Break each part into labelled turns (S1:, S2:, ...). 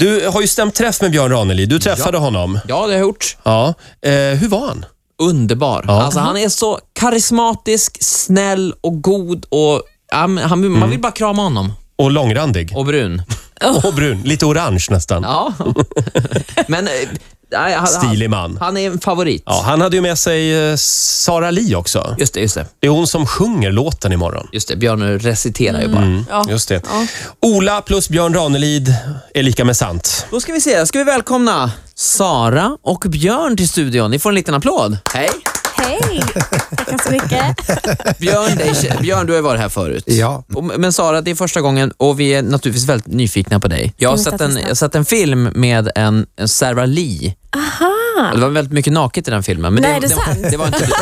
S1: Du har ju stämt träff med Björn Ranelid. Du träffade honom.
S2: Ja, det har jag gjort.
S1: Ja. Eh, hur var han?
S2: Underbar. Alltså, han är så karismatisk, snäll och god och ja, men han,
S1: Mm.
S2: man vill bara krama honom.
S1: Och långrandig.
S2: Och brun.
S3: Oh.
S1: Och brun. Lite orange nästan.
S2: Ja. men... eh, nej, han-
S1: Stilig man.
S2: Han är en favorit.
S1: Ja, han hade ju med sig eh, Sara Li också.
S2: Just det, just det.
S1: Det är hon som sjunger låten imorgon.
S2: Just det, Björn reciterar ju
S1: Mm.
S2: bara.
S3: Ja.
S1: Just det. Ola plus Björn Ranelid är lika med sant.
S2: Då ska vi se, ska vi välkomna Sara och Björn till studion. Ni får en liten applåd. Hej!
S3: Hej! Tackar så mycket.
S2: Björn, dig, Björn du har ju varit här förut.
S4: Ja.
S2: Och- Men Sara, det är första gången och vi är naturligtvis väldigt nyfikna på dig. Jag har
S3: måste
S2: sett en,
S3: testa.
S2: jag har sett en film med en, en Sarah Lee. Aha. Det var väldigt mycket naket i den filmen. Men
S3: Nej, det är sant.
S2: Det var inte du.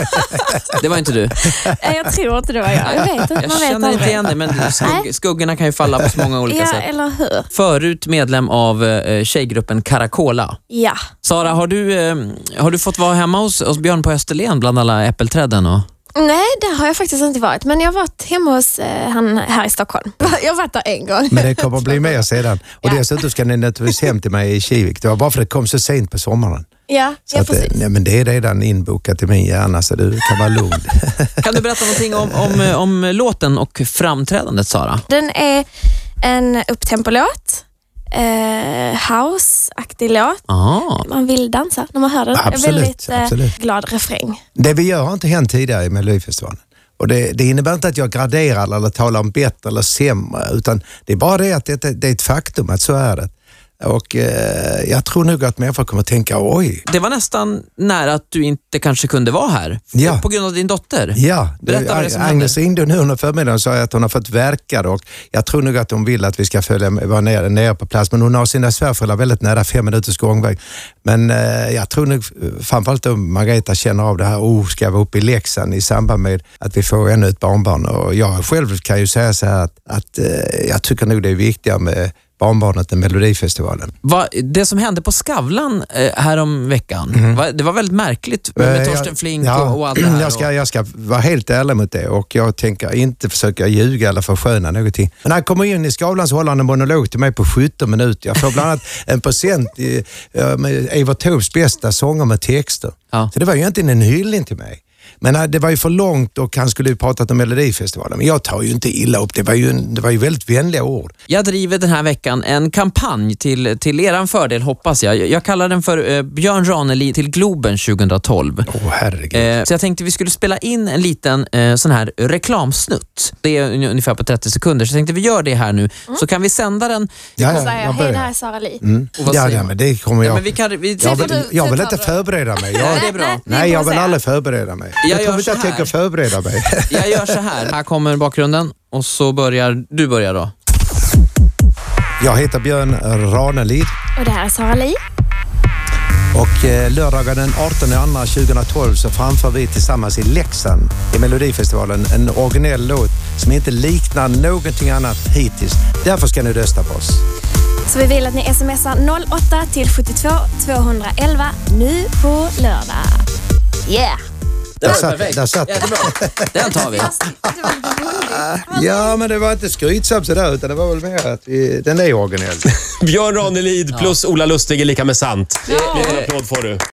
S2: Det var inte du.
S3: Nej, Eh, jag tror inte det var jag. Jag vet inte, man
S2: Jag
S3: vet
S2: känner inte
S3: aldrig.
S2: igen dig, men skugg,
S3: Nej.
S2: skuggorna kan ju falla på så många olika
S3: Ja,
S2: sätt.
S3: eller hur?
S2: Förut medlem av eh, tjejgruppen Caracola.
S3: Ja.
S2: Sara, har du, eh, har du fått vara hemma hos, hos Björn på Österlen bland alla äppelträden? Och...
S3: Nej, det har jag faktiskt inte varit. Men jag har varit hemma hos eh, han här i Stockholm. Jag har varit där en gång.
S4: Men det kommer att bli mer sedan. Och
S3: Ja.
S4: dessutom ska ni naturligtvis hem till mig i Kivik. Det var bara för att det kom så sent på sommaren.
S3: Ja,
S4: Så
S3: ja
S4: att, eh,
S3: precis.
S4: nej, men det är redan inbokat i min hjärna så du kan vara lugn.
S2: Kan du berätta någonting om, om, eh, om låten och framträdandet, Sara?
S3: Den är en upptempolåt, eh, house-aktig låt.
S4: Ah.
S2: Aha.
S3: Man vill dansa när man hör den.
S4: Absolut,
S3: en väldigt eh,
S4: absolut.
S3: glad refräng.
S4: det vi gör har inte hänt tidigare i Melodifestivalen. Och det, det innebär inte att jag graderar eller talar om bättre eller sämre utan det är bara det att det, det är ett faktum att så är det. Och eh, jag tror nog att människor kommer att tänka oj,
S2: Det var nästan nära att du inte kanske kunde vara här
S4: Ja.
S2: på grund av din dotter.
S4: Ja, det-
S2: Berätta vad det är som
S4: Agnes
S2: händer.
S4: ringde nu under förmiddagen och sa att hon har fått verka och jag tror nog att hon vill att vi ska följa med- vara nere, nere på plats. Men hon har sina svärföräldrar väldigt nära, fem minuters gångväg. Men eh, jag tror nog eh, framförallt om Margareta känner av det här, oh, ska jag vara uppe i Leksand i samband med att vi får ännu ett barnbarn? Och jag själv kan ju säga så här att, att eh, jag tycker nog det är viktigare med barnbarnet än Melodifestivalen.
S2: Va, det som hände på Skavlan eh, härom veckan, va, det var väldigt märkligt med, med
S4: Mhm. Eh, jag-
S2: Torsten Flink
S4: ja,
S2: och, och allt det här.
S4: Jag ska,
S2: och-
S4: jag ska vara helt ärlig mot det och jag tänker inte försöka ljuga eller försköna någonting. Men när han kommer in i Skavlan så håller han en monolog till mig på 17 minuter. Jag får bland annat en present i, eh, med Evert Taubes bästa sånger med texter.
S2: Ja.
S4: Så det var ju egentligen en hyllning till mig. Men eh, det var ju för långt och han skulle ju pratat om Melodifestivalen. Men jag tar ju inte illa upp. Det var ju, en, det var ju väldigt vänliga ord.
S2: Jag driver den här veckan en kampanj till, till eran fördel hoppas jag. Jag kallar den för eh, Björn Ranelid till Globen 2012.
S4: Åh herregud.
S2: Eh, så jag tänkte vi skulle spela in en liten eh, sån här reklamsnutt. Det är un- ungefär på 30 sekunder, så jag tänkte vi gör det här nu. Så kan vi sända den.
S3: Så
S4: ja,
S3: säger jag, hej
S4: jag
S3: det
S4: börjar. Mm.
S3: här är Sara Li.
S2: Och vad
S4: Ja,
S2: säger
S4: ja,
S2: man?
S4: men det kommer
S2: Ja,
S4: jag...
S2: men vi kan, vi,
S4: Jag
S2: vi-
S4: vill, jag vill inte förbereda mig. Jag,
S2: Nej, det är bra.
S3: Nej,
S4: Nej, jag
S3: får
S4: vill
S3: säga.
S4: aldrig förbereda mig. Jag,
S2: gör
S4: tror inte
S2: så
S4: att jag
S2: här.
S4: tänker förbereda mig.
S2: Jag gör så här. Här kommer bakgrunden och så börjar du börjar då.
S4: Jag heter Björn Ranelid
S3: Och det här är Sara Li.
S4: och eh, lördagen den 18 andra 2012 så framför vi tillsammans i Leksand i Melodifestivalen en originell låt som inte liknar någonting annat hittills. Därför ska ni rösta på oss.
S3: Så vi vill att ni smsar 08 till 72 211 nu på lördag. Yeah!
S4: Där satt, där satt.
S2: Jättebra. Den tar vi.
S4: Ja, men det var inte skrytsamt sådär utan det var väl mer att vi, den är originell.
S1: Björn Ranelid plus Ola Lustig är lika med sant. En applåd får du.